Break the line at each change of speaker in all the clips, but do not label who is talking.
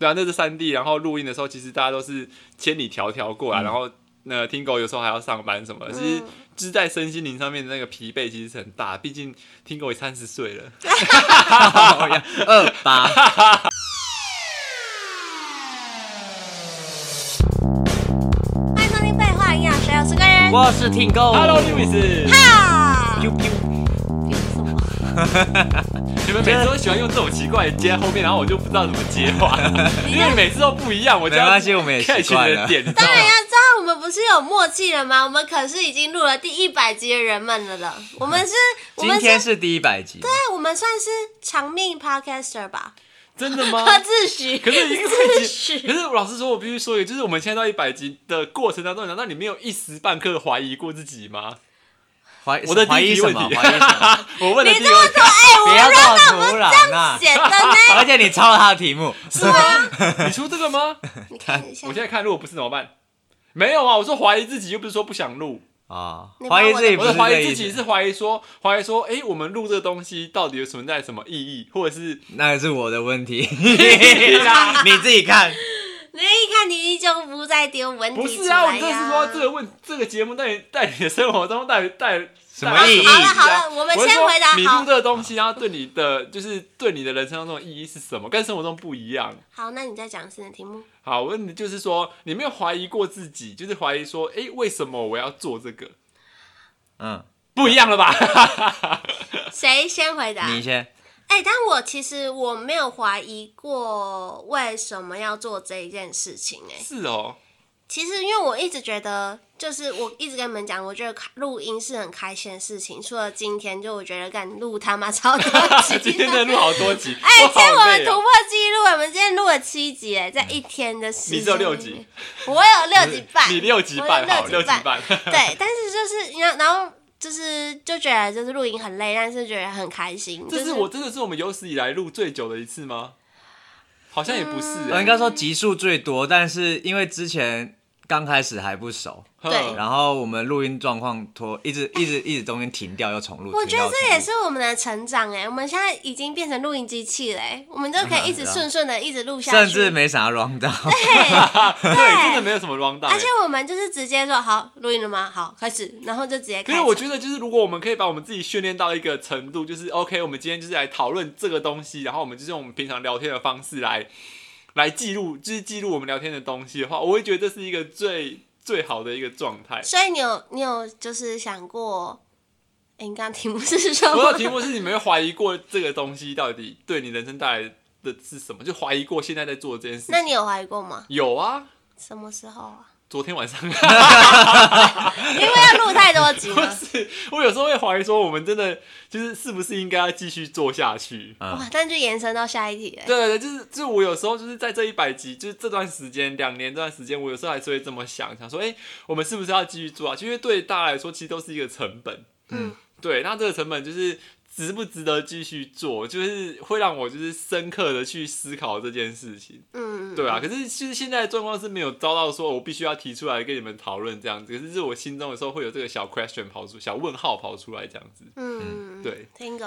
对啊，那是三 D，然后录音的时候，其实大家都是千里迢迢过来，然后那、听狗有时候还要上班什么的，其实
嗯
就是在身心灵上面的那个疲惫其实是很大，毕竟听狗也三十岁 了。
二八，
欢迎收听《废话营养学》，我是个人。
我是听够。
Hello，Louis，
啊
啾啾
凭什么？
你们每次都喜欢用这种奇怪的接后面，然后我就不知道怎么接话， 因为每次都不一样。我就要
没关系我们也习
catch
惯
你
了啊
的点，你知道
当然
吗？
要知道，我们不是有默契了吗？我们可是已经录了第一百集的人们了了。我们是，我
今
们
天
是，
是第一百集，
我们算是长命 podcaster 吧？
真的吗？
他自诩，
哦可是一个
自
可
诩。
是老实说，我必须说一个，就是我们现在到一百集的过程当中，难道你没有一时半刻怀疑过自己 吗？
怀
我的
怀
第
疑
一题
什
问题
么？怀疑什么？
我问了
你
第一
这么
个，
说，哎，
不
我
要这么突然啊！
写的呢？
而且你抄了他的题目，
是吗？
你出这个吗？
你看一下
我，现在看，如果不是怎么办？没有啊，我说怀疑自己，又不是说不想录，
啊
你，把
怀疑自己不
我是
是
怀
这
疑
意
自己，
思，
是怀疑说，怀疑说，哎、我们录这个东西到底有存在什么意义，或者是
那是我的 问题，
啦
你自己看。
你一看你就不再丢问题
不
出
是啊？我
来
这是
呀
说这个问这个节目在你在你的生活中带带
什么
带
意义
啊
好了好了我们
是
先
说
回答
你
好
录这个东西，然后对你的就是对你的人生当中的意义是什么，跟生活中不一样。
好，那你再讲一次你的题 目。
好，问题就是说，你没有怀疑过自己，就是怀疑说，哎、为什么我要做这个？
嗯，
不一样了 吧？
谁先回答？
你先。
哎、但我其实我没有怀疑过为什么要做这一件事情、哎，
是哦，
其实因为我一直觉得，就是我一直跟你们讲，我觉得开录音是很开心的事情。除了今天，就我觉得干录他妈超多 集。
今天真的录好多集，
哎，
我
今天我
好累
们突
哦。
破纪录，我们今天录了七集，哎，在一天的时间。
你只有六集，
我有六集半，
你六级半
我有
好，六级
半，
半。
对，但是就是然后然后就是就觉得就是录音很累，但是觉得很开心。
这
就是
我真的是我们有史以来录最久的一次吗？好像也不是、
我
欸
嗯呃应该说集数最多，但是因为之前刚开始还不熟，
哼
对
然后我们录音状况拖，一直一直一直中间停掉又重录。
我觉
停
得
掉又
这
重
也
录
是我们的成长哎、我们现在已经变成录音机器嘞、欸我们就可以一
啊
直顺顺的一直录下去，
甚至没啥 round down，
对，
对，真的没有什么 round down 欸、
而且我们就是直接说好录音了吗？好，开始，然后就直接
可
开
是
始。
我觉得，就是如果我们可以把我们自己训练到一个程度，就是 OK，我们今天就是来讨论这个东西，然后我们就是用我们平常聊天的方式来来记录，就是记录我们聊天的东西的话，我会觉得这是一个最最好的一个状态。
所以你有你有就是想过，哎、你刚刚题目是什
我
么
的？题目是你没有怀疑过这个东西到底对你人生带来的是什么？就怀疑过现在在做的这件事
那
情。
你有怀疑过吗？
有啊，
什么时候啊？
昨天晚上
因为要录太多集
不
了。
是， 我有时候会怀疑说，我们真的就是是不是应该要继续做下去？
哇，但就延伸到下一题了。欸
对对对，就是就是我有时候就是在这一百集，就是这段时间两年这段时间，我有时候还是会这么想，想说，哎、我们是不是要继续做啊？因为对大家来说，其实都是一个成本。
嗯，
对，那这个成本就是值不值得继续做，就是会让我就是深刻的去思考这件事情。
嗯，
对啊，可是其实现在的状况是没有遭到说我必须要提出来跟你们讨论这样子，可是是我心中的时候会有这个小 question 跑出，小问号跑出来这样子。
嗯，
对，
听狗，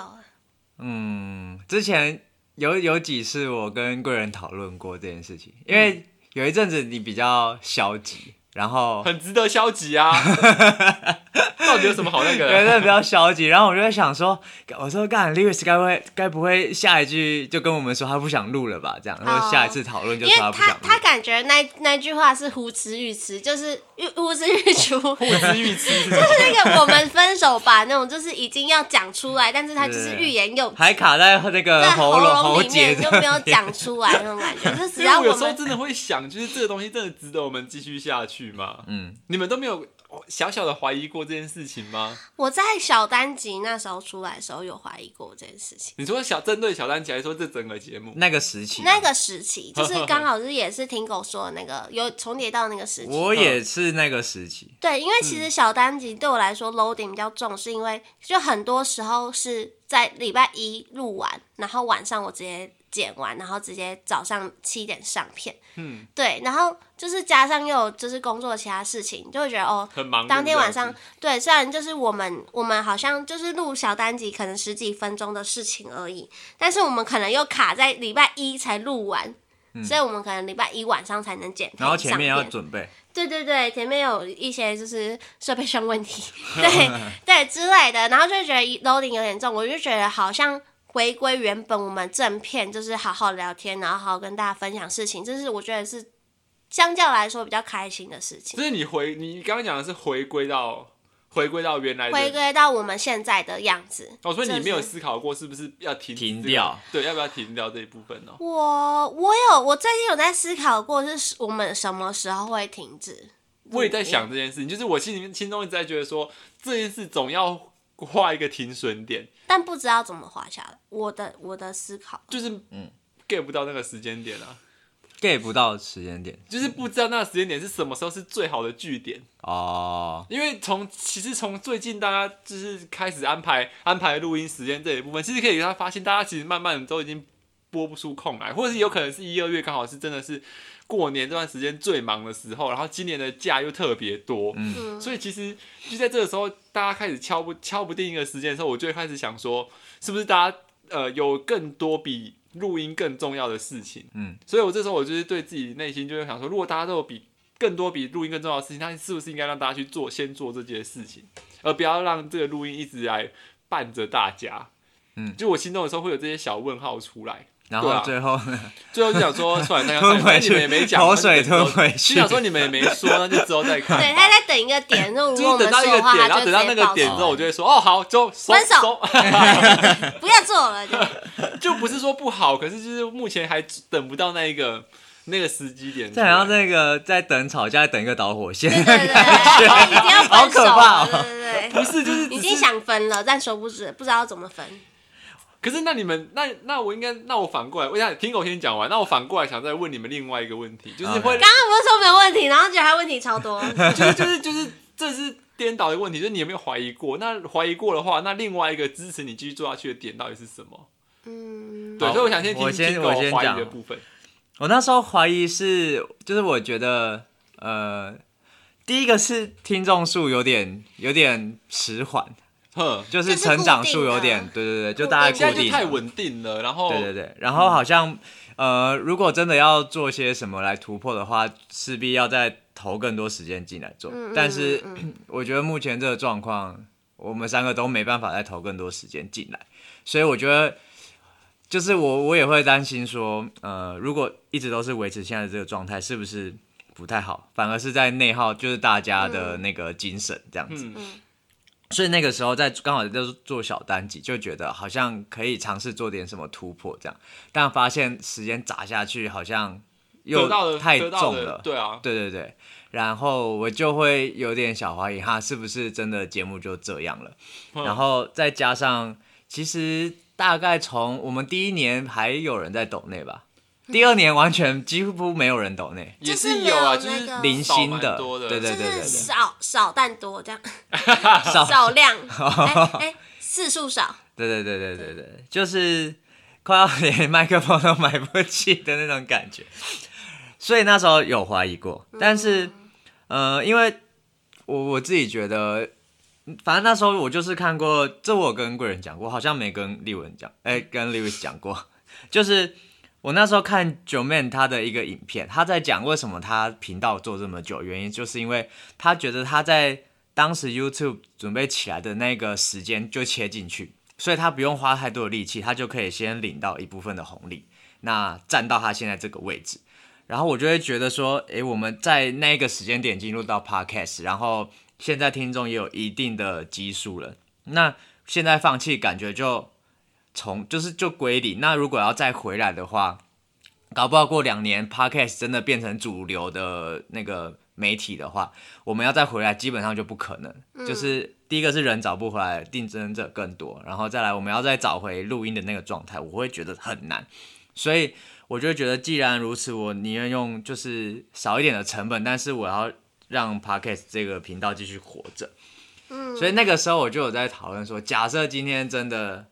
嗯，之前有有几次我跟贵人讨论过这件事情，因
嗯
为有一阵子你比较消极，然后
很值得消极啊！ 到底有什么好那个
有一
的？
阵子比较消极，然后我就在想说，我说干，Lewis 该不会该不会下一句就跟我们说他不想录了吧？这样，然后下一次讨论就
哦因
说
为
不
他
想录
他。感觉那那句话是呼之欲出， 就是欲呼之欲出。
不知预期是不是
就是那个我们分手吧那种，就是已经要讲出来，但是他就是欲言又止，
还卡在那个
在
喉咙
咙
喉
里
结
面
这
就没有讲出来那种感觉。就只
因为
要
我有
我
时候
们
真的会想，就是这个东西真的值得我们继续下去吗？
嗯，
你们都没有小小的怀疑过这件事情 吗？
我在小单集那时候出来的时候有怀疑过这件事 情。
你说小针对小丹姐来说，这整个节目，
那个时期，
那个时期就是刚好就是也是听狗说的那个有重叠到那个时期，
我也是那个时期，
对，因为其
嗯
实小单集对我来说 loading 比较重，是因为就很多时候是在礼拜一录完，然后晚上我直接剪完，然后直接早上七点上片。
嗯，
对，然后就是加上又有就是工作其他事情，就会觉得哦，
很忙碌这样
当
子。
天晚上对，虽然就是我们我们好像就是录小单集，可能十几分钟的事情而已，但是我们可能又卡在礼拜一才录完，所以我们可能礼拜一晚上才能剪
嗯然后
配
前
上
面
片。
要准备，
对对对，前面有一些就是设备上问题， 对对之类的，然后就觉得 loading 有点重，我就觉得好像回归原本我们正片，就是好好聊天，然后好好跟大家分享事情，这是我觉得是相较来说比较开心的事情
就。是你回你刚刚讲的是回归到回归到原来
回
的。
归到我们现在的样子。
哦，所以你没有
就是
思考过是不是要停
停
这个
掉？
对，要不要停掉这一部分
嗯
呢、
我我有我最近有在思考过，是我们什么时候会停止？
我也在想这件事情，就是我心里面心中一直在觉得说这件事总要画一个停损点，
但不知道怎么滑下来。我的我的思考，
就是嗯 get 不到那个时间点啊，
get 不到时间点
就是不知道那个时间点是什么时候是最好的据点。
哦。
因为从其实从最近大家就是开始安排安排录音时间这一部分，其实可以大家发现，大家其实慢慢的都已经拨不出空来，或者是有可能是一二月刚好是真的是过年这段时间最忙的时候，然后今年的假又特别多，
嗯，
所以其实就在这个时候，大家开始敲不敲不定一个时间的时候，我就会开始想说，是不是大家呃有更多比录音更重要的事情？
嗯，
所以我这时候我就是对自己内心就会想说，如果大家都有比更多比录音更重要的事情，那是不是应该让大家去做，先做这件事情，而不要让这个录音一直来伴着大家？
嗯
就我心中的时候会有这些小问号出来，
然
对
后
啊
最后呢，
最后就想说，算了，那
吞回去
你们也没 讲，
口水吞回
就
去
想说你们也没说，那就之后再看吧。
对，他在等一个点，如果
就
我
是等
们
到一
说
个
的话，
点，然
他
后等
就直
到
接
那个
爆
点之后，我
了。
就会说哦好，就收
分手
收
不要做了，就
就不是说不好，可是就是目前还等不到那一个那个时机点出
这
来。
好像那个在等吵架，在等一个导火线
对对对，对已经要
好
分手
可怕
了，
哦
对对
不
对，
是就是只
已
是
经。想分了，但说不知不知道怎么分。
可是那你们那那我应该那我反过来，我想听我先讲完，那我反过来想再问你们另外一个问题，就是会
刚刚不是说没有问题，然后觉得他问题超多，
就是就是就是这是颠倒的问题，就是你有没有怀疑过？那怀疑过的话，那另外一个支持你继续做下去的点到底是什么？
嗯，
对，
好
所以我想先听
我先
听
我
我
先
怀疑
讲
的部分。
我那时候怀疑是，就是我觉得，呃，第一个是听众数有点有点迟缓，
哼，
就是成长数有
就是
点，
固
对对对，
固定啊
就大
现
家
在
固
就
定，
太稳哦定了，然后
对对对。然后好像，呃，如果真的要做些什么来突破的话，势必要再投更多时间进来做。
嗯嗯
但是、
嗯
我觉得目前这个状况，我们三个都没办法再投更多时间进来，所以我觉得。就是我，我也会担心说，呃，如果一直都是维持现在这个状态，是不是不太好？反而是在内耗，就是大家的那个精神这样子。
嗯
嗯
所以那个时候在刚好在做小单集，就觉得好像可以尝试做点什么突破这样，但发现时间砸下去好像
得
又
到的
太
得到
重
的
了。
对啊，
对对对，然后我就会有点小怀疑，哈，是不是真的节目就这样了？
嗯
然后再加上，其实大概从我们第一年还有人在抖内吧，第二年完全几乎没有人抖内，
也
就
是
是没
有啊，
有
就
那
是
个
零
少
星
蛮
的
多的，
对对
就是
对
少少但多这样，
少
少量，哎哎，次数少，
对对对对对对，就是快要连麦克风都买不起的那种感觉，所以那时候有怀疑过，但是、呃，因为我我自己觉得，反正那时候我就是看过，这我有跟贵人讲过，好像没跟立文讲，哎、跟 Lewis 讲过，就是。我那时候看九妹她的一个影片，她在讲为什么她频道做这么久，原因就是因为她觉得她在当时 YouTube 准备起来的那个时间就切进去，所以他不用花太多的力气，他就可以先领到一部分的红利，那站到他现在这个位置。然后我就会觉得说，诶，我们在那个时间点进入到 Podcast，然后现在听众也有一定的基数了，那现在放弃感觉就从就是就归零。那如果要再回来的话，搞不好过两年 Podcast 真的变成主流的那个媒体的话，我们要再回来，基本上就不可能。就是第一个是人找不回来，竞争者更多，然后再来我们要再找回录音的那个状态，我会觉得很难。所以我就会觉得，既然如此，我宁愿用就是少一点的成本，但是我要让 Podcast 这个频道继续活着。
嗯，
所以那个时候我就有在讨论说，假设今天真的，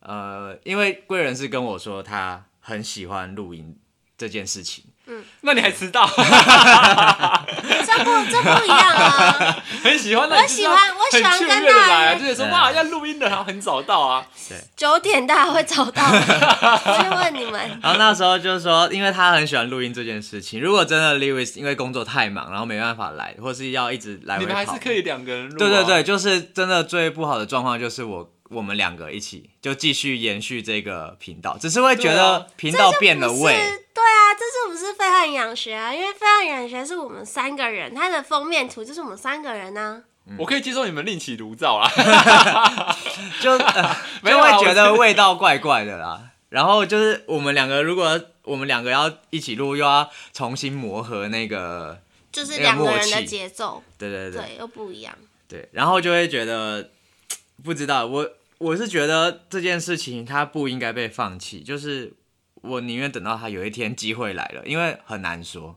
呃，因为贵人是跟我说他很喜欢录音这件事情，
那你还迟到，啊
这不这不一样啊！
很喜欢那
我
你就是
喜
要
欢我喜欢
很雀
跟
跃的
大
来啊，
人
就是说
嗯
哇要录音的，然后很早到啊，
九点大家会找到的，我就问你们，
然后那时候就是说，因为他很喜欢录音这件事情，如果真的 Lewis 因为工作太忙，然后没办法来，或是要一直来
你
回
们还是
跑，
可以两个人录、啊，
对对对，就是真的最不好的状况就是我我们两个一起就继续延续这个频道，只是会觉
对啊
得频道变了
不是
味。
对啊，这就不是飞汉养学啊，因为飞汉养学是我们三个人，它的封面图就是我们三个人啊呢、
我可以接受你们另起炉灶啊，
就、呃
没
就
有啊
会
我
觉
是
得味道怪怪的啦。然后就是我们两个，如果我们两个要一起录，又要重新磨合那个，
就是两个人的节奏，
对对对
对，又不一样。
对，然后就会觉得不知道我我是觉得这件事情它不应该被放弃，就是我宁愿等到他有一天机会来了，因为很难说。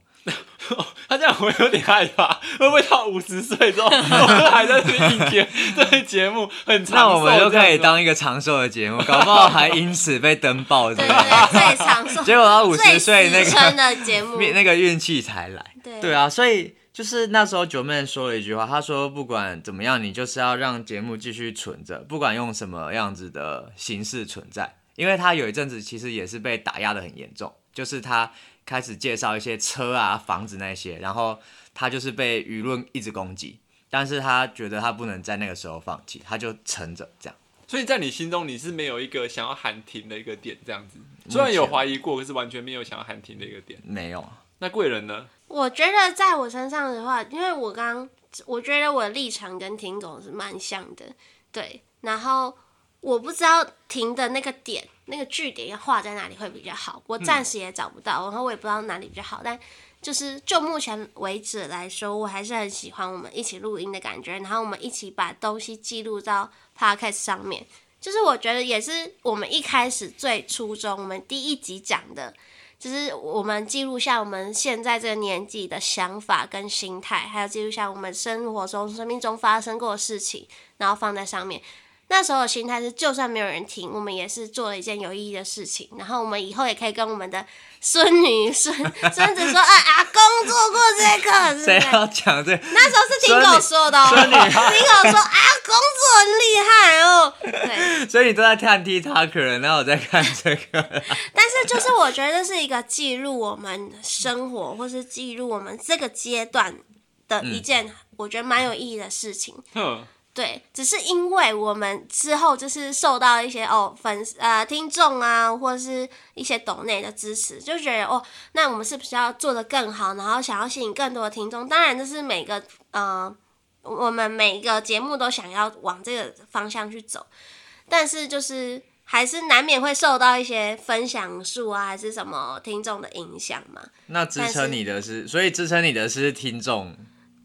他这样我有点害怕，会不会到五十岁之后，我 们还在这边应接这个节目很长
那我们
寿
就
这样
可以
子吗啊
当一个长寿的节目，搞不好还因此被登报之
对
类
对
的，
对，最长寿、
结果他五
最
十岁那
实
个
诚的节 目，
那个运气才来。
对
对啊，所以就是那时候九妹说了一句话，她说不管怎么样，你就是要让节目继续存着，不管用什么样子的形式存在，因为她有一阵子其实也是被打压的很严重，就是她开始介绍一些车啊、房子那些，然后她就是被舆论一直攻击，但是她觉得她不能在那个时候放弃，她就撑着这样。
所以在你心中，你是没有一个想要喊停的一个点，这样子。虽然有怀疑过，可是完全没有想要喊停的一个点。
没有，啊
那贵人呢？
我觉得在我身上的话，因为我刚，我觉得我的立场跟婷总是蛮像的，对。然后我不知道停的那个点，那个据点要画在哪里会比较好，我暂时也找不到，然后我也不知道哪里比较好，但。就是就目前为止来说，我还是很喜欢我们一起录音的感觉，然后我们一起把东西记录到 podcast 上面。就是我觉得也是我们一开始最初衷，我们第一集讲的，就是我们记录下我们现在这个年纪的想法跟心态，还有记录下我们生活中、生命中发生过的事情，然后放在上面。那时候的心态是，就算没有人听，我们也是做了一件有意义的事情。然后我们以后也可以跟我们的孙女、孙孙子说：“啊，阿公做过这个。”是不
谁啊
是？
要讲这
那时候是听狗说的、哦，听狗说啊，工作很厉害哦。对，
所以你都在看 T Tucker，然后我在看这个，
但是就是我觉得是一个记录我们生活，或是记录我们这个阶段的一件，我觉得蛮有意义的事情。
哼，
对，只是因为我们之后就是受到一些哦粉丝呃听众啊，或是一些抖内的支持，就觉得哦，那我们是不是要做得更好，然后想要吸引更多的听众？当然，这是每个呃我们每一个节目都想要往这个方向去走，但是就是还是难免会受到一些分享数啊，还是什么听众的影响嘛。
那支
但是
撑你的是，所以支撑你的是听众，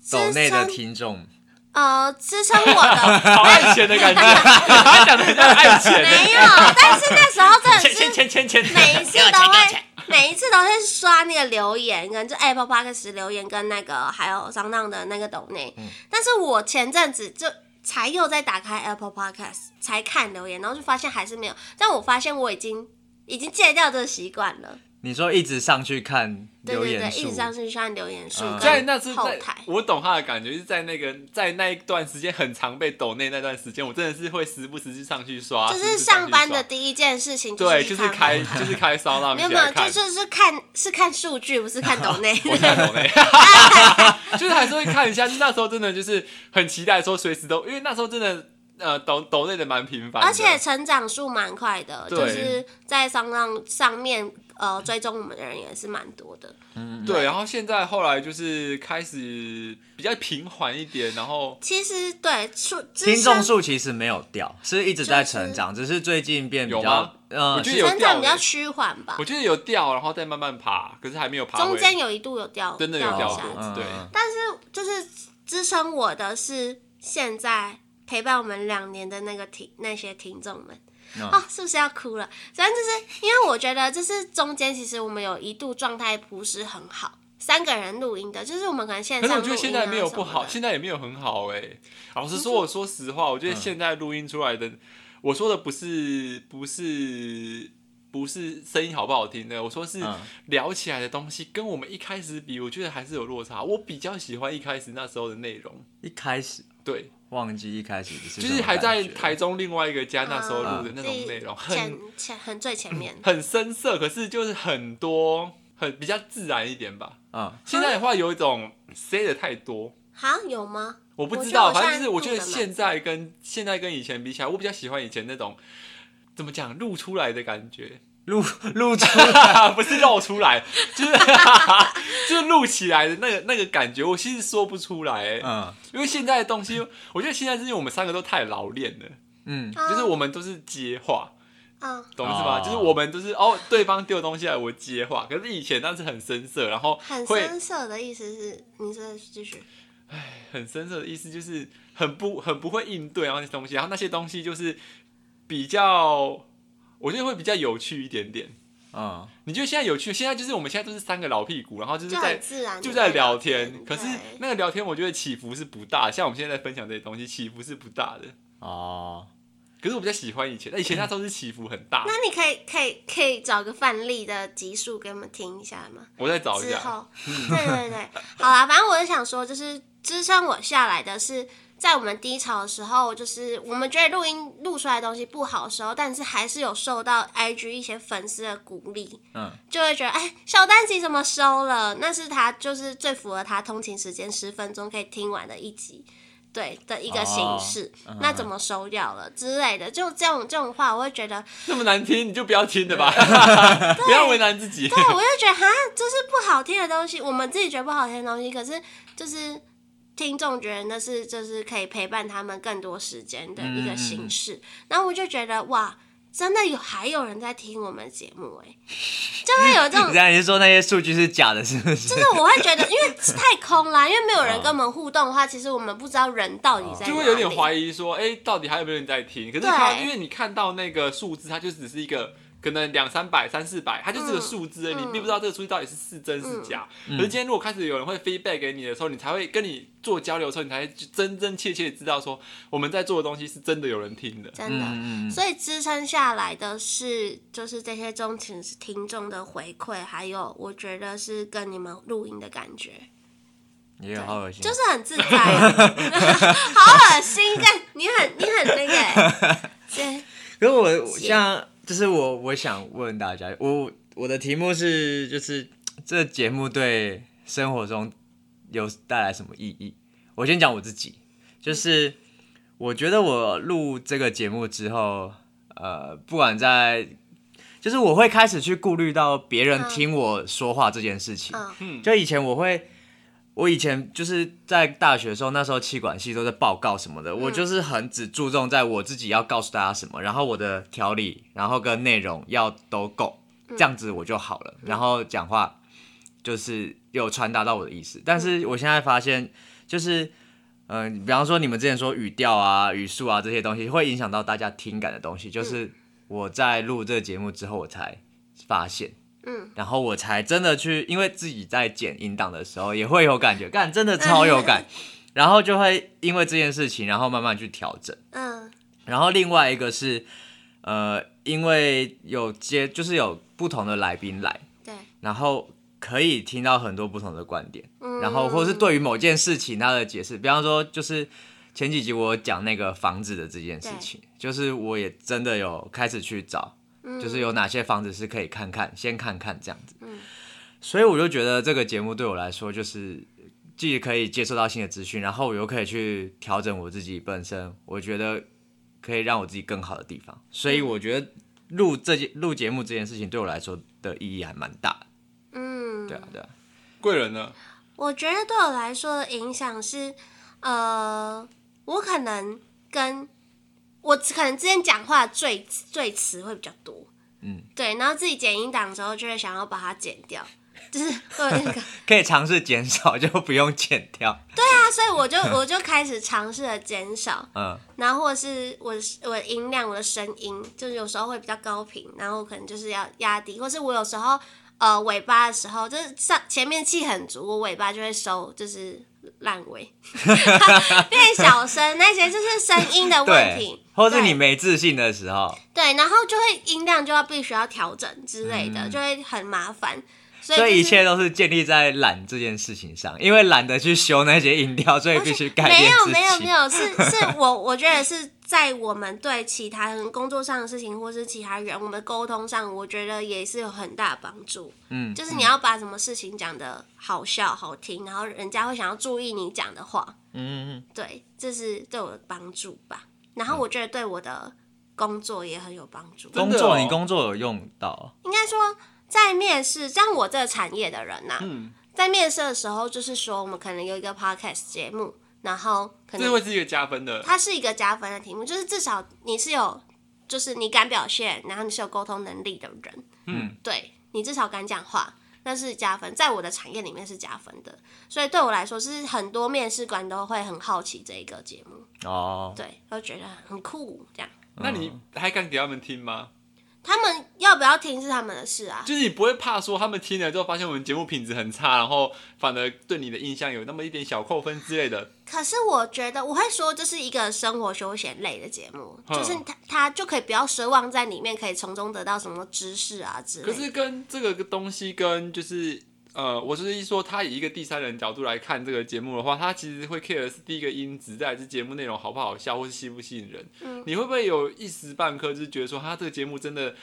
支
抖内的
撑
听众。
呃，支撑我 的
好爱钱的感觉，他讲的很像爱钱
没
欸，
有，但是那时候真的
钱
是
钱钱钱钱，
每一次都
给我
会，每一次都会刷那个留言，跟就 Apple Podcast 留言，跟那个还有商浪的那个抖内。但是我前阵子就才又在打开 Apple Podcast 才看留言，然后就发现还是没有。但我发现我已经已经戒掉这个习惯了。
你说一直上去看
对
留
对对，
言
一
数
直，上去看留言数
嗯，
在
跟
那次
后
在
台，
我懂他的感觉，就是在那个在那一段时间很常被抖内那段时间，我真的是会时不时去上去刷，
就
时不
是
时啊上
上
去
班
刷
的第一件事情
对，
就
就是是
去
开
看。
就是开骚浪
没
起
有没
来
有，
看
就，是是看是看数据，不是看抖内。
我看抖内， 就是还是会看一下，那时候真的就是很期待说随时都，因为那时候真的呃抖抖内的蛮频繁的，
而且成长速蛮快的，
对
就是在商浪上面呃追踪我们的人也是蛮多的。
对，然后现在后来就是开始比较平缓一点，然后
其实对数
听众数其实没有掉，是一直在成长，只是最近变比
有吗
较，呃
我觉，得有
成
掉
长比
欸
较趋缓吧
我，觉得有掉，然后再慢慢爬，可是还没有爬
中
回
间有一度有掉，
欸真的有
掉
掉
一
过
下
嗯
子，
嗯
对
嗯
但是就是支撑我的是现在陪伴我们两年的那个听那些听众们。
嗯
哦，是不是要哭了？反正就是因为我觉得，就是中间其实我们有一度状态不是很好，三个人录音的，就是我们可能线
可
上
是
录音、啊、
我觉得现在没有不好，
什么的
现在也没有很好哎、老实说，我说
嗯
实话，我觉得现在录音出来的，我说的不是不是不是声音好不好听的，我说是
嗯
聊起来的东西跟我们一开始比，我觉得还是有落差。我比较喜欢一开始那时候的内容，
嗯一开始
对，
忘记一开始是
就
什
是
么
还在
感觉
台中另外一个家那时候录的
嗯
那种内容，
自己
很嗯
前前很最前面，
很深色，可是就是很多很比较自然一点吧。
嗯
现在的话有一种塞的太多，
哈有吗？
我不知道，
我觉得我
反正就是我
现
觉
在
得现在跟现在跟以前比起来，我比较喜欢以前那种怎么讲露出来的感觉，
录录出
不是露出来，就是就是露起来的那个那个感觉，我其实说不出来、欸
嗯
因为现在的东西，我觉得现在是因为我们三个都太老练了，
嗯
就是
哦
我们都是接话。
嗯，嗯
懂意思吗？
哦
就是我们都是哦，对方丢东西来，我接话。可是以前那是很深色，然后
很
会
深色的意思是，你这继续
很深色的意思就是很不很不会应对，然后那些东西，然后那些东西就是比较，我觉得会比较有趣一点点。
嗯，
你觉得现在有趣？现在就是我们现在都是三个老屁股，然后就是
就
在
很自然地
就在聊天
天，，
可是
对
那个聊天我觉得起伏是不大，像我们现在在分享这些东西，起伏是不大的。
哦，
可是我比较喜欢以前，那以前那时候是起伏很大
那。你可以可以可以找个范例的集数给我们听一下吗？
我再找一
之
下，
后，对对对，好啦，反正我是想说，就是支撑我下来的是。在我们低潮的时候，就是我们觉得录音录出来的东西不好的时候，但是还是有受到 IG 一些粉丝的鼓励，
嗯
就会觉得哎，小丹吉怎么收了？那是他就是最符合他通勤时间十分钟可以听完的一集，对的一个形式。那怎么收掉了之类的，就这种这种话，我会觉得啊
那么难听你就不要听 的吧，不要为难自己。
对，我就觉得 哈，这是不好听的东西，我们自己觉得不好听的东西，可是就是听众觉得那是就是可以陪伴他们更多时间的一个形式，然后我就觉得哇，真的有还有人在听我们节目哎，就会有这
你
种
这。样你是说那些数据是假的，是不是？
就是我会觉得，因为太空啦，因为没有人跟我们互动的话，其实我们不知道人到底
啊
在
就
哪
会
里。
有点怀疑说，哎、到底还有没有人在听？可是
对
他因为你看到那个数字，它就只是一个可能两三百、三四百，它就这个数字而已，
嗯
你并不知道这个数字到底是是真是假。
嗯
可是今天如果开始有人会 feedback 给你的时候，你才会跟你做交流的时候，你才会真真切切的知道说我们在做的东西是真的有人听的。
真的。
嗯嗯嗯
所以支撑下来的是，就是这些中情听众的回馈，还有我觉得是跟你们录音的感觉，
也有好恶心，
就是很自在啊、 好恶心！但你很你很那个、欸， 对，
可是我我像就是我我想问大家，我我的题目是就是这节目对生活中有带来什么意义？我先讲我自己，就是我觉得我录这个节目之后，呃，不管在就是我会开始去顾虑到别人
嗯
听我说话这件事情。
嗯
就以前我会，我以前就是在大学的时候，那时候气管系都在报告什么的，我
嗯
就是很只注重在我自己要告诉大家什么，然后我的条理，然后跟内容要都够，
嗯
这样子我就好了。然后讲话就是有传达到我的意思，但
嗯
是我现在发现就是。嗯、比方说你们之前说语调啊、语速啊这些东西，会影响到大家听感的东西。就是我在录这个节目之后，我才发现，
嗯，
然后我才真的去，因为自己在剪音档的时候也会有感觉，干真的超有感， 然后就会因为这件事情，然后慢慢去调整。
嗯
然后另外一个是，呃，因为有接就是有不同的来宾来，
对，
然后可以听到很多不同的观点，
嗯，
然后或者是对于某件事情他的解释，比方说就是前几集我讲那个房子的这件事情，就是我也真的有开始去找
嗯，
就是有哪些房子是可以看看，先看看这样子。
嗯
所以我就觉得这个节目对我来说，就是既可以接受到新的资讯，然后我又可以去调整我自己本身，我觉得可以让我自己更好的地
嗯
方。所以我觉得录这件录节目这件事情对我来说的意义还蛮大的。
嗯，
对啊，对啊，
贵人呢？
我觉得对我来说的影响是，呃，我可能跟我可能之前讲话最最词会比较多，
嗯，
对，然后自己剪音档的时候就会想要把它剪掉，就是会有那个
可以尝试减少， 就不用剪掉。
对啊，所以我就我就开始尝试的减少，
嗯
然后或是我的我的音量、我的声音，就是有时候会比较高频，然后可能就是要压低，或是我有时候呃尾巴的时候，就是上前面气很足，我尾巴就会收， 就是烂尾，变小声，那些就是声音的问题。
或是
对
你没自信的时候，
对，然后就会音量就要必须要调整之类的，就会很麻烦。嗯所以,、
所以一切都是建立在懒这件事情上，因为懒得去修那些音调，所以必须改
没
变
有
自己。
没有没有，是是我我觉得是在我们对其他人工作上的事情，或是其他人我们沟通上，我觉得也是有很大的帮助。
嗯，
就是你要把什么事情讲的好笑好听，然后人家会想要注意你讲的话，
嗯，嗯嗯
对，这是对我的帮助吧。然后我觉得对我的工作也很有帮助。
真
工
的
作
哦
你工作有用到，
应该说，在面试，像我这个产业的人呐、
嗯，
在面试的时候，就是说我们可能有一个 podcast 节目，然后可
这
能
会是一个加分的。
它是一个加分的题目，就是至少你是有，就是你敢表现，然后你是有沟通能力的人，
嗯，
对你至少敢讲话，那是加分，在我的产业里面是加分的，所以对我来说是很多面试官都会很好奇这一个节目，
哦，
对，都觉得很酷这样。
那你还敢给他们听吗？
他们要不要听是他们的事啊，
就是你不会怕说他们听了之后发现我们节目品质很差，然后反而对你的印象有那么一点小扣分之类的。
可是我觉得我会说，这是一个生活休闲类的节目，
嗯
就是他他就可以不要奢望在里面可以从中得到什么知识啊之类
可
的。
是跟这个东西跟就是呃，我就是一说，他以一个第三人角度来看这个节目的话，他其实会 care 的是第一个音质，再来是节目内容好不好笑，或是吸不吸引人。
嗯
你会不会有一时半刻就是觉得说，他这个节目真的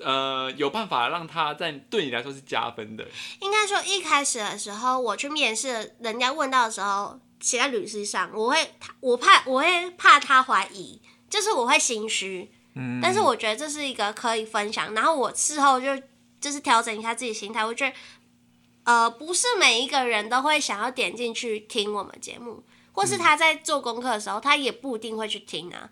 呃有办法让他在对你来说是加分的？
应该说一开始的时候，我去面试，人家问到的时候，写在履历上，我会他我怕我会怕他怀疑，就是我会心虚。
嗯，
但是我觉得这是一个可以分享，然后我事后就就是调整一下自己心态，我觉得，呃，不是每一个人都会想要点进去听我们节目，或
嗯
是他在做功课的时候，他也不一定会去听啊。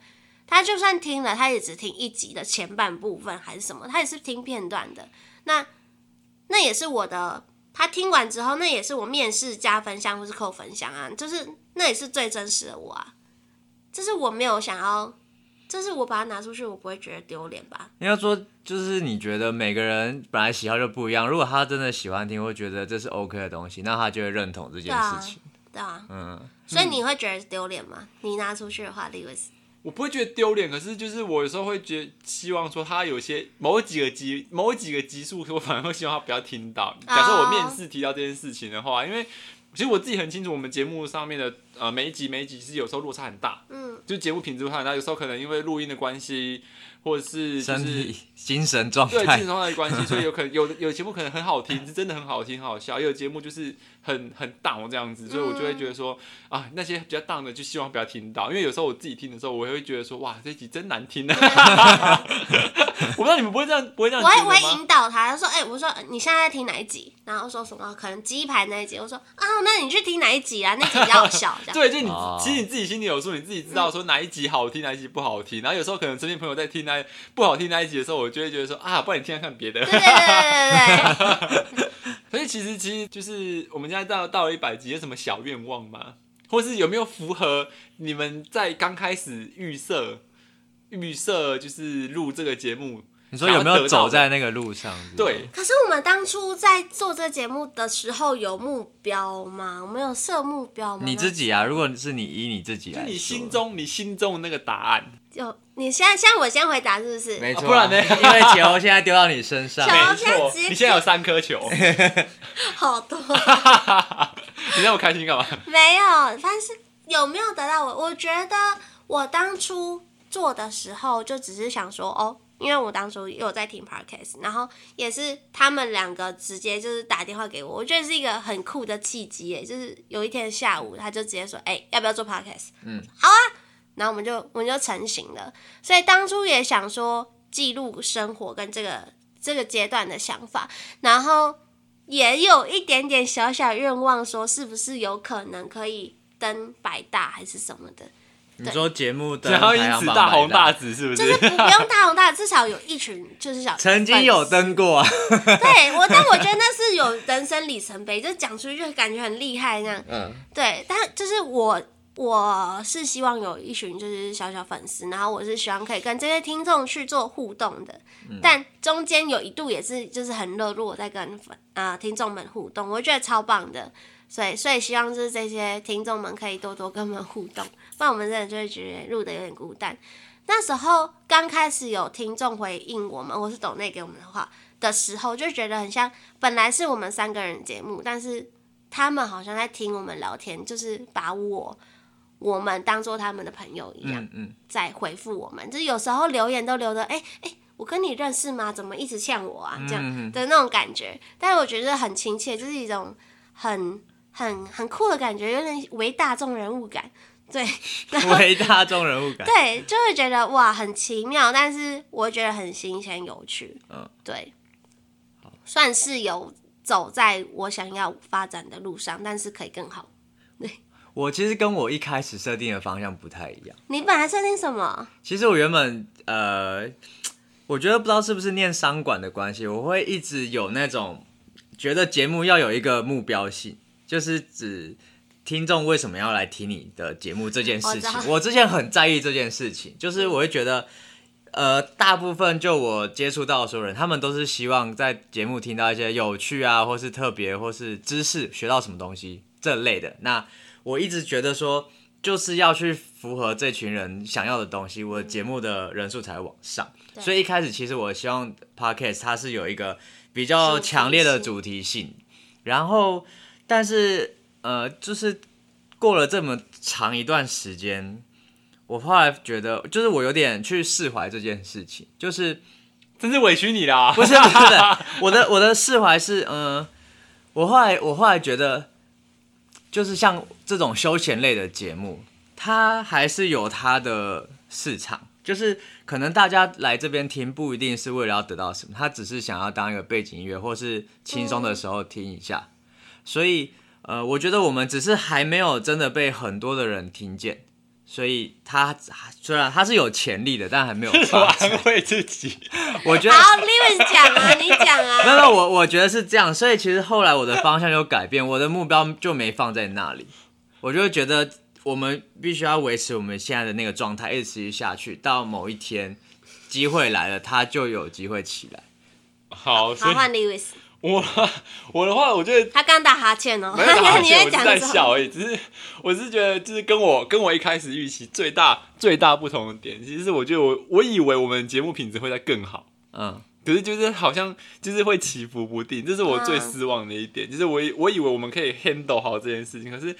他就算听了，他也只听一集的前半部分还是什么，他也是听片段的。那那也是我的，他听完之后，那也是我面试加分项或是扣分项啊，就是那也是最真实的我啊。这是我没有想要这是我把它拿出去，我不会觉得丢脸吧？
应该说就是你觉得每个人本来喜好就不一样，如果他真的喜欢听，会觉得这是 OK 的东西，那他就会认同这件事情。
对啊，
嗯，
所以你会觉得丢脸吗？你拿出去的话，李维斯，
我不会觉得丢脸，可是就是我有时候会觉希望说他有些某几个集某几个集数，我反而会希望他不要听到。
啊
假设我面试提到这件事情的话，因为其实我自己很清楚，我们节目上面的呃每一集每一集是有时候落差很大，
嗯，
就节目品质落差很大，有时候可能因为录音的关系，或者是就
身
是
体、精神状
对精神
态，
状态的关系，所以有可能有的有节目可能很好听，是真的很好听很好笑，也有节目就是很很 down 这样子，所以我就会
嗯
觉得说啊，那些比较 down 的就希望不要听到，因为有时候我自己听的时候，我也会觉得说哇，这一集真难听啊！我不知道你们不会这样不会这样
我会
觉
我会
得吗？
引导他，他说，哎、我说呃你现在在听哪一集？然后说什么可能鸡排那一集，我说啊，那你去听哪一集啊？那集比较好笑，这样。
对，就你、
哦
其实你自己心里有数，你自己知道说哪一集
嗯
好听，哪一集不好听。然后有时候可能身边朋友在听那不好听那一集的时候，我就会觉得说啊，不然你听看看别的。
对对对对对对，
所以其实其实就是我们现在到到了一百集，有什么小愿望吗？或是有没有符合你们在刚开始预设预设就是录这个节目？
你说有没有走
想要
在那个路上？
得到的？对，
可是我们当初在做这节目的时候有目标吗？我们有设目标吗？
你自己啊，如果是你以你自己
就
来说，
你心中你心中的那个答案，
有？你现在现在我先回答是不是？
没错啊、
啊不然呢
因为球现在丢到你身上，
球好
没
啊现在
错
直接，
你现在有三颗球，
好多。
你让我开心干嘛？
没有，但是有没有得到我？我觉得我当初做的时候，就只是想说，哦，因为我当初有在听 podcast，然后也是他们两个直接就是打电话给我，我觉得是一个很酷的契机耶。就是有一天下午，他就直接说，哎、要不要做 podcast？
嗯，
好啊，然后我们就我们就成型了。所以当初也想说记录生活跟这个这个阶段的想法，然后也有一点点小小愿望，说是不是有可能可以登百大还是什么 的，
你说节目的
然后因此大红大紫是不
就是
是？
不不用大红大，至少有一群就是小
曾经有
粉
登过啊，
丝对我，但我觉得那是有人生里程碑，就讲出去就感觉很厉害那样。
嗯，
对，但就是我我是希望有一群就是小小粉丝，然后我是希望可以跟这些听众去做互动的。但中间有一度也是就是很热络，在跟粉啊、听众们互动，我觉得超棒的。所以所以希望就是这些听众们可以多多跟我们互动，不然我们真的就会觉得录的有点孤单。那时候刚开始有听众回应我们，或是抖内给我们的话的时候，就觉得很像本来是我们三个人节目，但是他们好像在听我们聊天，就是把我我们当做他们的朋友一样。
嗯嗯，
再回复我们，就是有时候留言都留的，哎、哎、我跟你认识吗？怎么一直呛我啊？
嗯
这样的那种感觉，但是我觉得很亲切，就是一种很很很酷的感觉，有点为大众人物感，对，然后
为大众人物感。
对，就会觉得哇，很奇妙，但是我觉得很新鲜有趣，
嗯，
对，算是有走在我想要发展的路上，但是可以更好。
我其实跟我一开始设定的方向不太一样。
你本来设定什么？
其实我原本呃，我觉得不知道是不是念商管的关系，我会一直有那种觉得节目要有一个目标性，就是指听众为什么要来听你的节目这件事情
我知。道
我之前很在意这件事情，就是我会觉得。呃，大部分就我接触到的所有人，他们都是希望在节目听到一些有趣啊，或是特别，或是知识，学到什么东西这类的。那我一直觉得说，就是要去符合这群人想要的东西，我的节目的人数才会往上。
对
所以一开始其实我希望 podcast 它是有一个比较强烈的主题性，然后但是呃，就是过了这么长一段时间，我后来觉得，就是我有点去释怀这件事情，就是
真是委屈你啦！
不是啊不 是，我的我的释怀是，嗯、我后来我后来觉得，就是像这种休闲类的节目，它还是有它的市场，就是可能大家来这边听不一定是为了要得到什么，他只是想要当一个背景音乐，或是轻松的时候听一下，所以。呃，我觉得我们只是还没有真的被很多的人听见，所以它虽然它是有潜力的，但还没有
我
发 展。
安慰自己。
我觉得
好，Lewis 讲啊，你讲
没
啊，
有，没有我我觉得是这样，所以其实后来我的方向有改变，我的目标就没放在那里，我就觉得我们必须要维持我们现在的那个状态，一直持续下去，到某一天机会来了，它就有机会起来。
好，所
好
以
换 Lewis。
我我的话，我觉得
他刚打哈欠哦、
没有打 哈
你
欠，我
在
是
讲
在
什么？
笑而已。只是我是觉得，就是跟我跟我一开始预期最大最大不同的点，其实是我觉得我我以为我们节目品质会在更好，
嗯，
可是就是好像就是会起伏不定，这是我最失望的一点。就是我以我以为我们可以 handle 好这件事情，可是。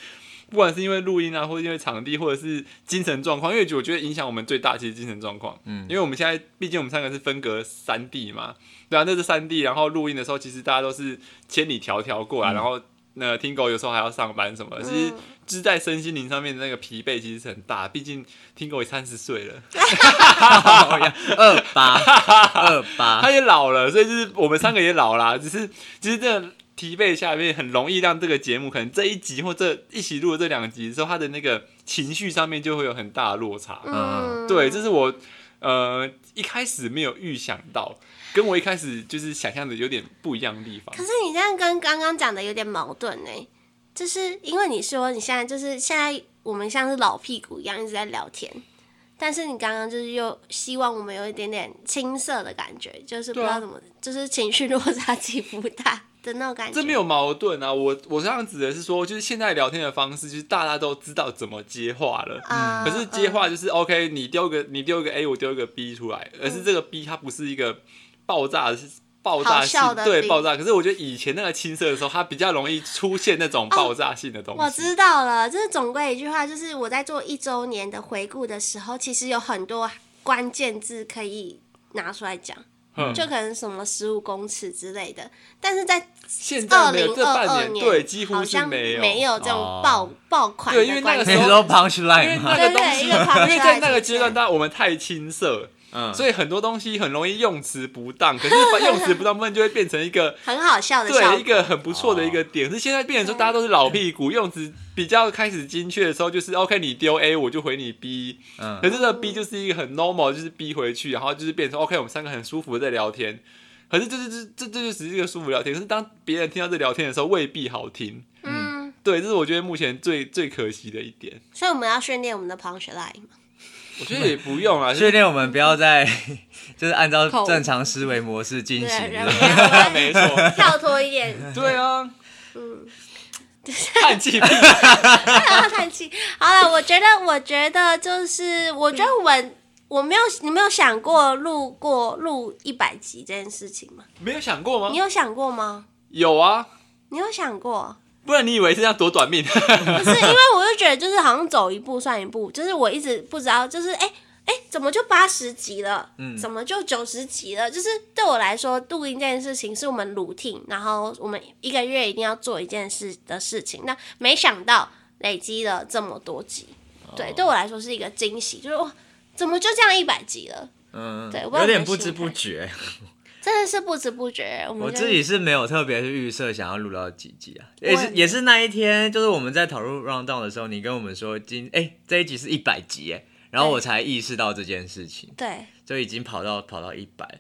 不管是因为录音啊，或者因为场地，或者是精神状况，因为我觉得影响我们最大其实精神状况。嗯，因为我们现在毕竟我们三个是分隔三地嘛，对啊，那是三地。然后录音的时候，其实大家都是千里迢迢过来，然后那听狗有时候还要上班什么的，其实就是在身心灵上面的那个疲惫其实是很大。毕竟听狗也三十岁了，
二 八二 八
他，也老了，所以就是我们三个也老啦，只是其实这疲惫下面很容易让这个节目，可能这一集或这一起录的这两集之后，他的那个情绪上面就会有很大的落差。
嗯
对，这是我呃一开始没有预想到，跟我一开始就是想象的有点不一样的地方
可。是你这样跟刚刚讲的有点矛盾呢、就是因为你说你现在就是现在我们像是老屁股一样一直在聊天，但是你刚刚就是又希望我们有一点点青涩的感觉，就是不
对
知
啊
道怎么，就是情绪落差起伏大的那种感觉。
这没有矛盾啊，我我这样指的是说，就是现在聊天的方式，就是大家都知道怎么接话了。
啊、
嗯可是接话就是 OK，你丢个你丢个 A，我丢一个 B 出来，而是这个 B 它不是一个爆炸的爆炸性
嗯好笑的
对
B
爆炸。可是我觉得以前那个青涩的时候，它比较容易出现那种爆炸性的东
呃我
西。
知道了，哦就是总归一句话，就是我在做一周年的回顾的时候，其实有很多关键字可以拿出来讲，
嗯
就可能什么十五公尺之类的，但是在
现在
二
没有
零
这
二
半
二
年
年
对几乎
好
是
像
没有，
没有这种
哦
爆、爆款的
对因为那
关
个
你
键
时候
字
说 punch
因为
line 吗？
那个东
对
西，
一个旁
因为在那个
白
阶段，大家我们太青涩，
嗯，
所以很多东西很容易用词不当。 可是把用词不当，部分就会变成一个
很好笑的效
对，一
果。
个很不错的
哦
一个点是，现在变成
嗯
说大家都是老屁股，用词比较开始精确的时候，就是 OK，你丢 A 我就回你 B，
嗯
可是这个 B 就是一个很 normal，就是 B 回去，然后就是变成 OK，我们三个很舒服的在聊天。可是这这这这这就只是一个舒服聊天，可是当别人听到这聊天的时候，未必好听。
嗯，
对，这是我觉得目前最最可惜的一点。
所以我们要训练我们的 punch line 嘛。
我觉得也不用啊，就
训
是
练我们不要再 就是按照
口
正常思维模式进
对，
行。
然后我们
没错，
跳脱一点，
对啊，
嗯，
叹气屁，
叹气。好了，我觉得，我觉得就是，我觉得我们我没有，你没有想过录过录一百集这件事情吗？
没有想过
你
吗？
有想过吗？
有啊，
你有想过？
不然你以为是要多短命？
不是，因为我就觉得就是好像走一步算一步，就是我一直不知道，就是哎哎、怎么就八十集了？
嗯
怎么就九十集了？就是对我来说，录音这件事情是我们 routine，然后我们一个月一定要做一件事的事情。那没想到累积了这么多集，
哦
对，对我来说是一个惊喜，就是哇，怎么就这样一百集了？
嗯，
对我不知道
有
你
点
的
不
心
知不
态
觉。
真的是不知不觉，我们
我
就
自己是没有特别去预设想要录到几集啊，
我
也
也
是
没有
也是那一天，就是我们在讨论 round down 的时候，你跟我们说今哎、这一集是一百集哎，然后
对
我才意识到这件事情，
对
就已经跑到跑到一百，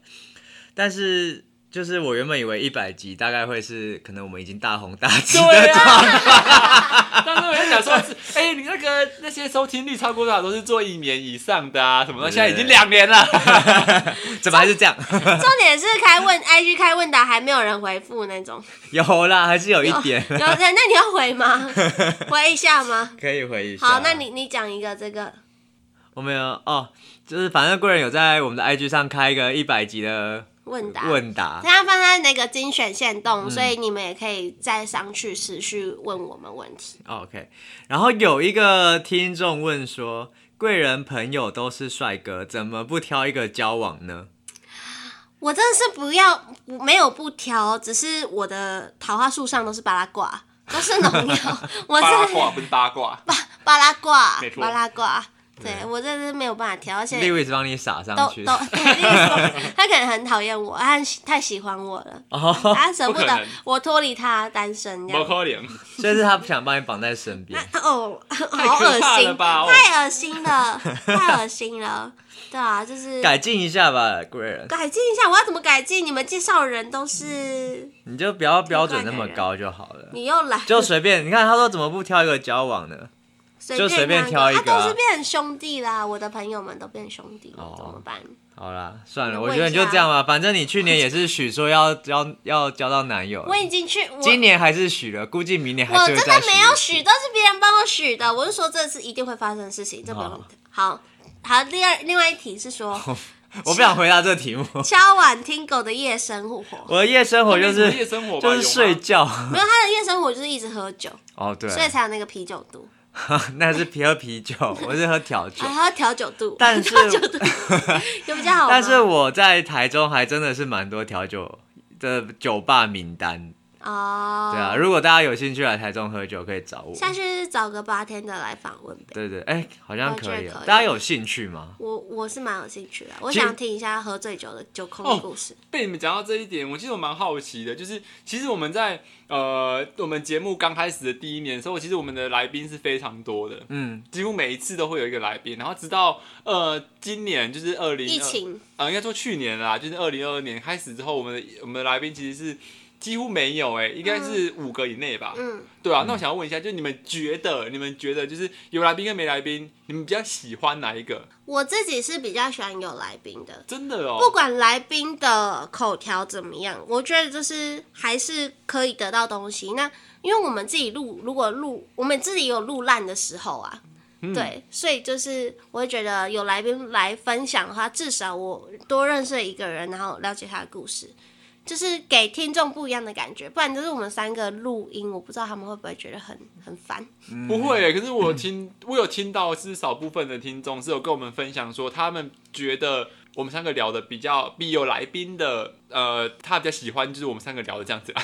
但是就是我原本以为一百集大概会是可能我们已经大 红大紫的
对啊，当时我在想说是，哎、你那个那些收听率超过多少都是做一年以上的啊，什么的，
对
现在已经两年 了。
怎么还是这样？
重点是开问 IG 开问答还没有人回复那种。
有啦，还是有一
有
点
有人，那你要回吗？回一下吗？
可以回一下。
好，那你你讲一个这个，
我们有哦，就是反正贵人有在我们的 IG 上开一个一百集的
问答
问答，
他放在那个精选线动，所以你们也可以再上去持续问我们问题。
OK，然后有一个听众问说，贵人朋友都是帅哥，怎么不挑一个交往呢？
我真的是不要没有不挑，只是我的桃花树上都是巴拉挂，都是农药，我
八
真
卦
的
不是八 卦，
巴哦拉挂
没，错
巴拉挂，对我真的是没有办法挑，而且
Lewis 帮你撒上
都
去，
都，对例如说他可能很讨厌我，他很喜太喜欢我了，
哦，
他舍
不
不
可
得
能
我脱离他单身这
不
样。
可 能，
所以是他不想把你绑在身边。
那哦，
太
好
可怕
恶
了
心，
吧！哦
太恶心 了，太恶心了。对啊，就是
改进一下吧，贵人，
改进一下，我要怎么改进？你们介绍人都是
你就不要标准那么高就好了，
你又来，
就随便。你看他说怎么不挑一个交往呢？
随
就随便挑一个
他
啊
都是变兄弟啦。我的朋友们都变兄弟了
哦，
怎么办？
好啦，算了，
你
我
问
觉得你
一
就
下
这样吧。反正你去年也是许说要交要交到男友了，
我已经去，我
今年还是许了，估计明年还
我
是
真
会再
的
许。
没有许，都是别人帮我许的。我是说这次一定会发生的事情，这不用
好
好。好，第二另外一题是说
我不想回答这个题目。
敲碗听狗的夜生 活，
我的夜生哦活就
那
是
你夜生活吧
就是睡觉。
没有他的夜生活就是一直喝酒，
哦，对，
所以才有那个啤酒肚。
那是啤喝啤 酒，我是喝调酒
啊，。还要调酒度，
但是
调酒度 有比较好吗
但是我在台中还真的是蛮多调酒的酒吧名单，
哦，
对啊，，如果大家有兴趣来台中喝酒，可以找我。
下次找个八天的来访问呗。
对对，哎、好像
我觉得
可以啊
可。以
大家有兴趣吗？
我我是蛮有兴趣的，我
其实哦
想听一下喝醉酒的酒空的故事。
被你们讲到这一点，我其实我蛮好奇的，就是其实我们在呃我们节目刚开始的第一年的时候，其实我们的来宾是非常多的，
嗯，
几乎每一次都会有一个来宾，然后直到呃今年就是二零
疫情
啊，应该说去年啦，就是二零二二年开始之后，我们的我们的来宾其实是几乎没有哎、应该是五个以内吧。
嗯，
对啊，那我想要问一下，就你们觉得，你们觉得就是有来宾跟没来宾，你们比较喜欢哪一个？
我自己是比较喜欢有来宾的，
真的哦、
不管来宾的口条怎么样，我觉得就是还是可以得到东西。那因为我们自己录，如果录我们自己有录烂的时候啊，
嗯
对，所以就是我会觉得有来宾来分享的话，至少我多认识了一个人，然后了解他的故事，就是给听众不一样的感觉。不然就是我们三个录音，我不知道他们会不会觉得很 很烦。
不会欸耶，可是我听我有听到至少部分的听众是有跟我们分享说，他们觉得我们三个聊的比较比有来宾的，呃，他比较喜欢就是我们三个聊的这样子。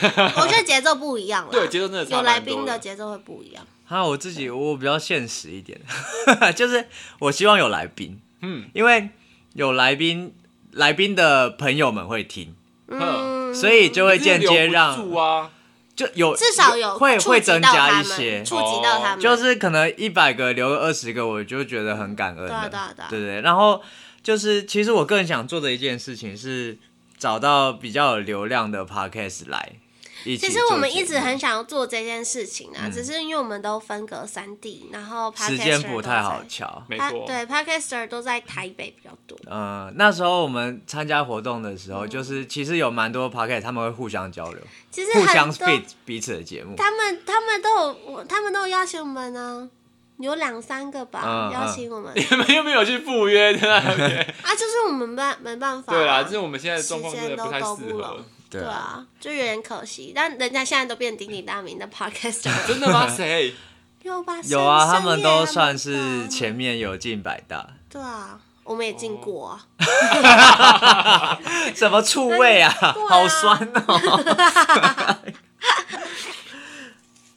我觉得节奏不一样了，啊
对节奏真的差
有来
蛮多
宾
的
的节奏会不一样。
哈，啊我自己我比较现实一点， 就是我希望有来宾，
嗯，
因为有来宾，来宾的朋友们会听，
嗯，
所以就会间接
可
让
是留不住啊，
就有
至少有
会
触
会
及
增
到
加
他
一
们
些，哦
触及到他们，
就是可能一百个留个二十个，我就觉得很感恩了。
对啊对啊对啊
对对然后就是，其实我更想做的一件事情是找到比较有流量的 podcast 来一起
其
做节目。
实我们一直很想要做这件事情啊，只是因为我们都分隔三地，然后 podcaster
嗯时间不太好
都在
瞧。
没
啊
错，
对 podcaster 都在台北比较多。
嗯、那时候我们参加活动的
嗯
时候，就是其实有蛮多 podcast 他们会互相交流，
其实
互相
很多
fit 彼此的节目。
他们他们都有我，他们都有邀请我们呢、啊有两三个吧，
嗯
邀请我们、
你们 又没有去赴约，真的。
啊，就是我们没没办法、啊，
对啦，就是我们现在的状况
时
真
间
的不太
都
适
都不
合
拢。对啊，就有点可惜。但人家现在都变鼎鼎大名的 podcaster，
真的 吗？谁？
有吧？
有啊，
深
他们都算
深夜他
是
们啊
前面有进百大，
对啊，我们也进过啊。
哦什么醋味啊，
对啊
好酸哦。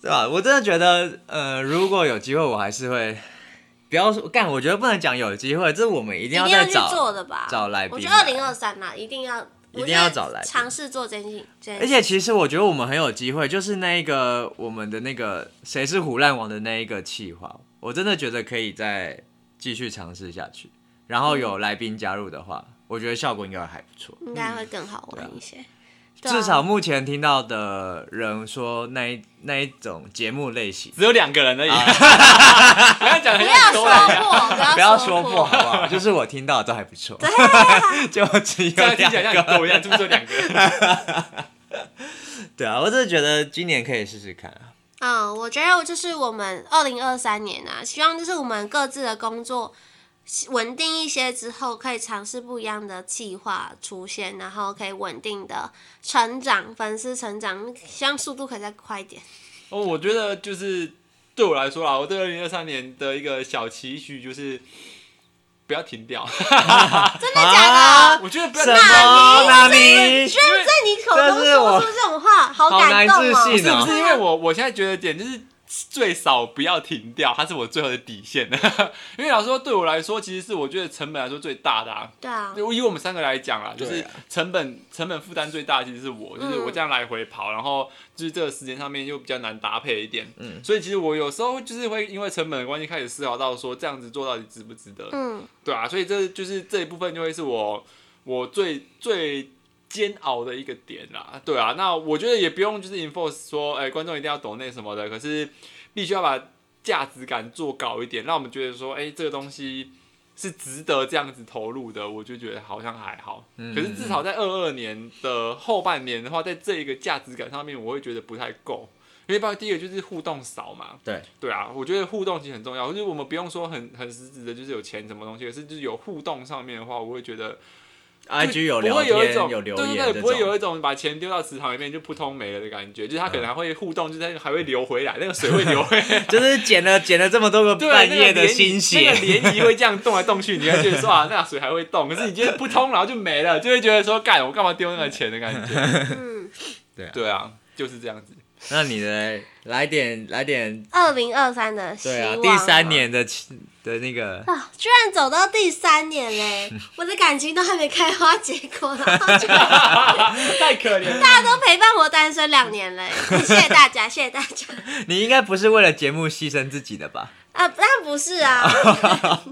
对吧？我真的觉得，呃，如果有机会，我还是会不要说干。我觉得不能讲有机会，这我们一
一
定
定
再
去
找
做的吧？
找来宾
我觉得
来
二零二三啦，一定要，我
一定
觉得
要找来宾
尝试做这件事情。
而且其实我觉得我们很有机会，就是那一个我们的那个谁是胡烂王的那一个企划，我真的觉得可以再继续尝试下去。然后
嗯
有来宾加入的话，我觉得效果应该还不错。
应该会更好玩一些。对啊
嗯至少目前听到的人说那一那一种节目类型，
只有两个人而已。 不要讲，
啊不要说破，
不要
说
说破好不好？就是我听到的都还不错，就只
这
有
样听起来像
两
你
个。
狗一样，是不是只有两 个？
对啊，我真的觉得今年可以试试看啊。
嗯，我觉得就是我们二零二三年啊，希望就是我们各自的工作稳定一些之后，可以尝试不一样的计划出现，然后可以稳定的成长，粉丝成长，希望速度可以再快一点。
哦，我觉得就是对我来说啦，我对二零二三年的一个小期许就是不要停掉。
真的假的？
我觉得不要
啊什
停
么？哪里？
居然在你口中
这是
说
我
出这种话，好
好
感
难
动哦！
置信
掉，
哦
不是因为我我现在觉得点就是。最少不要停掉，它是我最后的底线。 因为老实说，对我来说，其实是我觉得成本来说最大的啊。
对啊，
就以我们三个来讲啦，就
对
是
啊
成本成本负担最大，其实是我，就是我这样来回跑，然后就是这个时间上面又比较难搭配一点，嗯，所以其实我有时候就是会因为成本的关系开始思考到说这样子做到底值不值得，
嗯，
对啊，所以这就是这一部分就会是我我最最煎熬的一个点啦，对啊，那我觉得也不用就是 enforce 说，哎、观众一定要懂那什么的，可是必须要把价值感做高一点，让我们觉得说，哎、这个东西是值得这样子投入的，我就觉得好像还好，可是至少在二二年的后半年的话，在这一个价值感上面，我会觉得不太够。因为包括第一个就是互动少嘛，
对，
对啊，我觉得互动其实很重要，就是我们不用说很很实质的，就是有钱什么东西，可是就是有互动上面的话，我会觉得
IG 有
不
聊
会有一
天，
种
有留
对
言
对对，
这种，
不会有一种把钱丢到池塘里面就扑通没了的感觉，就是它可能还会互动，就是它还会流回来，那个水会流回 来，
就是捡了捡了这么多个
对，
半夜
那个
的
涟漪
心血，
那个涟漪会这样动来动去，你会觉得说啊，那水还会动，可是你觉得扑通然后就没了，就会觉得说干，我干嘛丢那个钱的感觉，
嗯，
对啊，就是这样 子。
那你的来点来点，
二零二三的希
对啊
望，。
第三年的期的那个，
啊，居然走到第三年 嘞！我的感情都还没开花结果，然后就
太可怜了，
大家都陪伴我单身两年嘞！谢谢大家，谢谢大家。
你应该不是为了节目牺牲自己的吧？
啊，那不是啊。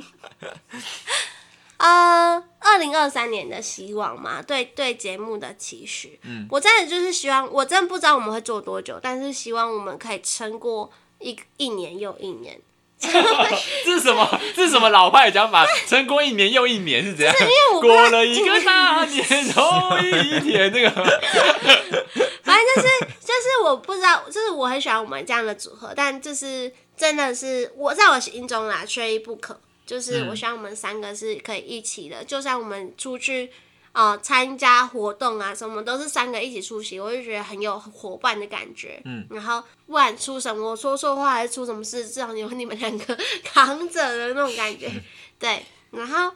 呃，二零二三年的希望嘛，对对节目的期许，嗯，我真的就是希望，我真的不知道我们会做多久，但是希望我们可以撑过一一年又一年，
这是什么？这是什么老派的讲法？撑过一年又一年是怎样？
我不知道
过了一个大年又一天，这个
反正就是就是我不知道，就是我很喜欢我们这样的组合，但就是真的是我在我心中啦，缺一不可。就是我希望我们三个是可以一起的，就算我们出去呃参加活动啊什么，都是三个一起出席，我就觉得很有伙伴的感觉。嗯，然后不管出什么，我说错话还是出什么事，至少有你们两个 扛着的那种感觉。对，然后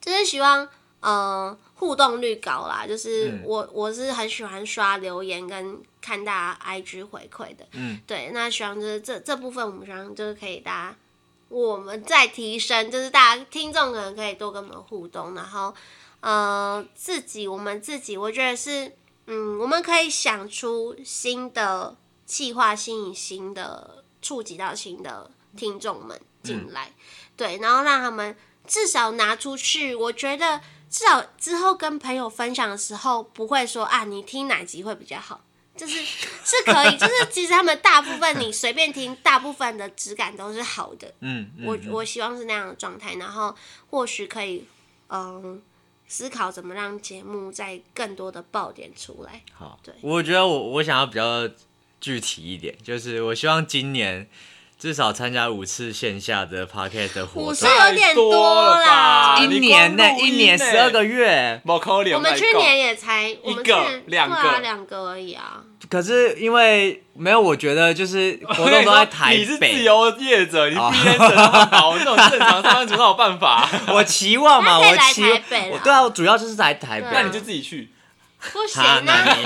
就是希望呃互动率高啦，就是
嗯
我、我是很喜欢刷留言跟看大家 IG 回馈的，
嗯，
对，那希望就是这这部分我们希望就是可以大家我们再提升，就是大家听众可能可以多跟我们互动，然后呃自己我们自己我觉得是嗯我们可以想出新的计划，吸引新的触及到新的听众们
嗯
进来，对，然后让他们至少拿出去，我觉得至少之后跟朋友分享的时候，不会说啊，你听哪集会比较好，就是是可以， 就是其实他们大部分你随便听，大部分的质感都是好的，
嗯，嗯
我我希望是那样的状态，然后或许可以嗯、思考怎么让节目再更多的爆点出来，
好
对，
我觉得我我想要比较具体一点，就是我希望今年至少参加五次线下的 podcast 的活
五次啊
动，啊
有点
哎多了吧
啦，
一年呢、
你光录
一
音
欸
年
呢
欸十二个月。
毛扣脸，
我们去年也才我们去
一个
年
两个
对啊两个而已啊。
可是因为没有，我觉得就是活动都在 台
哎你是自
北，
由业者，你
哦
必然者 好，那种正常上班族哪有办法？
我期望
那
嘛，
可以
我
来
期
台北啦
我对啊，我主要就是来台北。
对啊
那你就自己去。
不行
哈
啊，
那你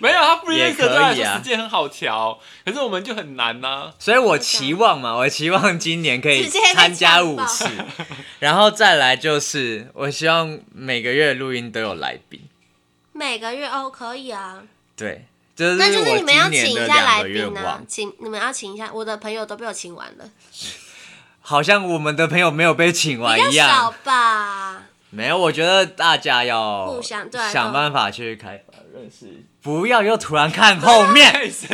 没有，他 f r e e
也
l 对他来
可以
说
啊
时间很好调，可是我们就很难呐、
所以我期望嘛，我期望今年可以
直接被
参加
呛
五
爆
次，然后再来就是，我希望每个月录音都有来宾。
每个月哦可以啊，
对，这
那就是
我
你们要
今
请
年
一
的
下
两
来
个愿
宾啊
望。，
请你们要请一下，我的朋友都被我请完了，
好像我们的朋友没有被请完
比
一
较少
样，
吧。
没有。我觉得大家要
互相对
想
嗯
办法去开发，
认识
不要又突然看后 面。
类似，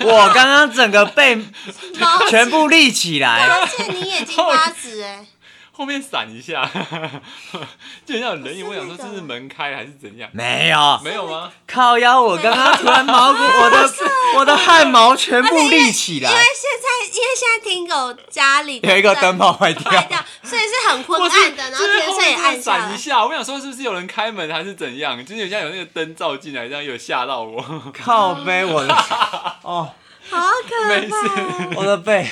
我刚刚整个被
毛
全部立起来，
毛姐，你眼睛发紫哎，
后面闪一下， 就很像有人影。
不
我
是
想
那个
说这是门开还是怎样？
没有
没有吗？
靠腰。我刚刚突然毛骨，我的我的汗毛全部立起来
哦啊因为。现在因为现在听狗家里
有一个灯泡坏
坏
掉，
掉，所以是很昏
我是
暗的，然后
就是
天
后
色也
面
暗下
闪一
来。
下，我想说是不是有人开门还是怎样？就是很像有那个灯照进来，这样有吓到 我。
靠背我的，哦，
好可
没事，
怕！
我的背，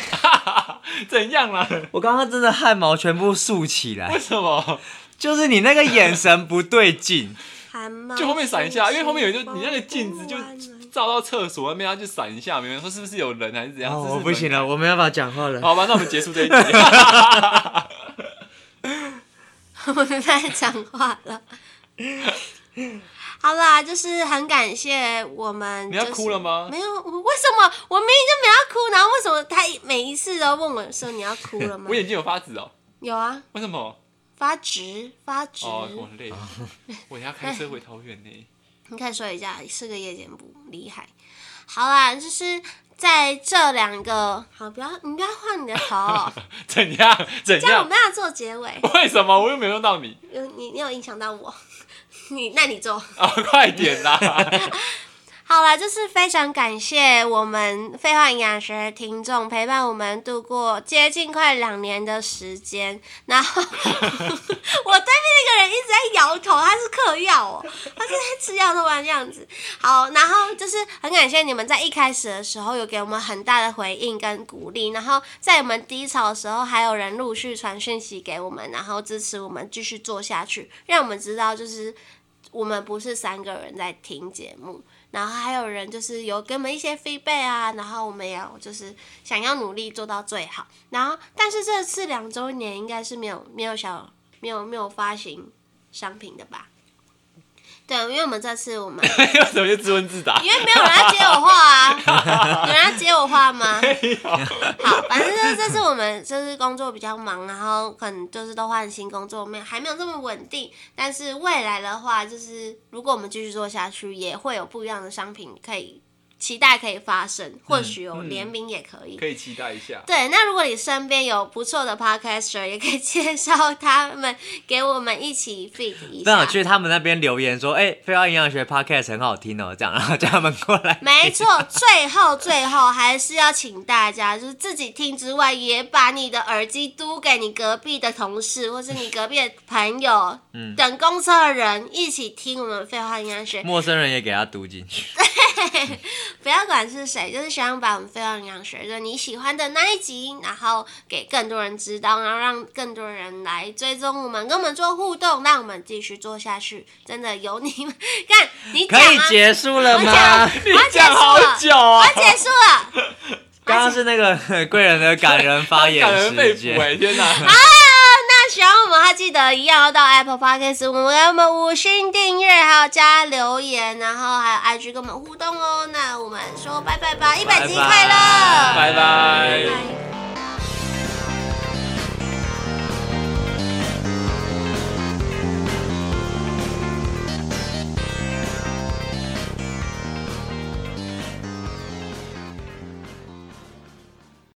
怎样啦？
我刚刚真的汗毛全部竖起来
为，什么？
就是你那个眼神不对 劲，
汗毛
就后面闪一
啊
下，因为后面有一个你那个镜子就
风弯弯
照到厕所那边，它就闪一下，没人说是不是有人还是怎样？
哦，
这是
我不
门
行
开
了，我没办法讲话了。
好吧，那我们结束 这一集。
我没办法讲话了。好啦，就是很感谢我们、
你
就是。
要哭了吗
没有，我为什么我明明就没有要哭，然后为什么他每一次都问我说你要哭了吗
我？眼睛有发紫哦，
有啊，
为什么？
发直发直。
哦，我很累了，我等一下开车回桃园呢。
你可以说一下，是个夜间部，厉害。好啦，就是在这两个，好，不要你不要晃你的 头哦、
怎样？怎
这样我
样？
们要做结尾。
为什么？我又没有用到你
有你你有影响到我， 你那你做。
啊！快点 啦！哎
好啦，就是非常感谢我们废话营养学的听众陪伴我们度过接近快两年的时间。然后 我对面那个人一直在摇头，他是嗑药哦，他是在吃药的玩样子。好，然后就是很感谢你们在一开始的时候有给我们很大的回应跟鼓励，然后在我们低潮的时候，还有人陆续传讯息给我们，然后支持我们继续做下去，让我们知道就是我们不是三个人在听节目。然后还有人就是有给我们一些 feedback 啊，然后我们也有就是想要努力做到最好。然后，但是这次两周年应该是没有没有小没有没有发行商品的吧？对，因为我们这次我们
为什么就自问自答
因？为没有人要接我话啊，有人要接我话吗？好，反正就是这次我们就是工作比较忙，然后可能就是都换新工作，没有还没有这么稳定。但是未来的话，就是如果我们继续做下去，也会有不一样的商品可以期待可以发生，或许有联名也可以。
可以期待一下。
对，那如果你身边有不错的 podcaster，也可以介绍他们给我们一起 feed 一
但
下
我。去他们那边留言说，哎、废话营养学 podcast 很好听哦，这样， 然后叫他们过来。
没错，最后最后还是要请大家，就是自己听之外，也把你的耳机嘟给你隔壁的同事，或是你隔壁的朋友，
嗯
等公车的人一起听我们废话营养学。
陌生人也给他读进去。
不要管是谁，就是想把我们废话营养学，就是你喜欢的那一集，然后给更多人知道，然后让更多人来追踪我们，跟我们做互动，让我们继续做下去。真的有你们， 看你
可
讲
以
啊，
结束了
我讲
吗？
你
我要结束
讲好
了，
久啊！
我结束了。
刚刚是那个呵贵人的 感人发言
感人肺
时
腑哎、
间。
天 哪！
那喜欢我们的话，记得一样要到 Apple Podcast，我们给我们五星订阅，还有加留言，然后还有 IG 跟我们互动哦。那我们说拜拜吧，一百集快乐，
拜拜。
拜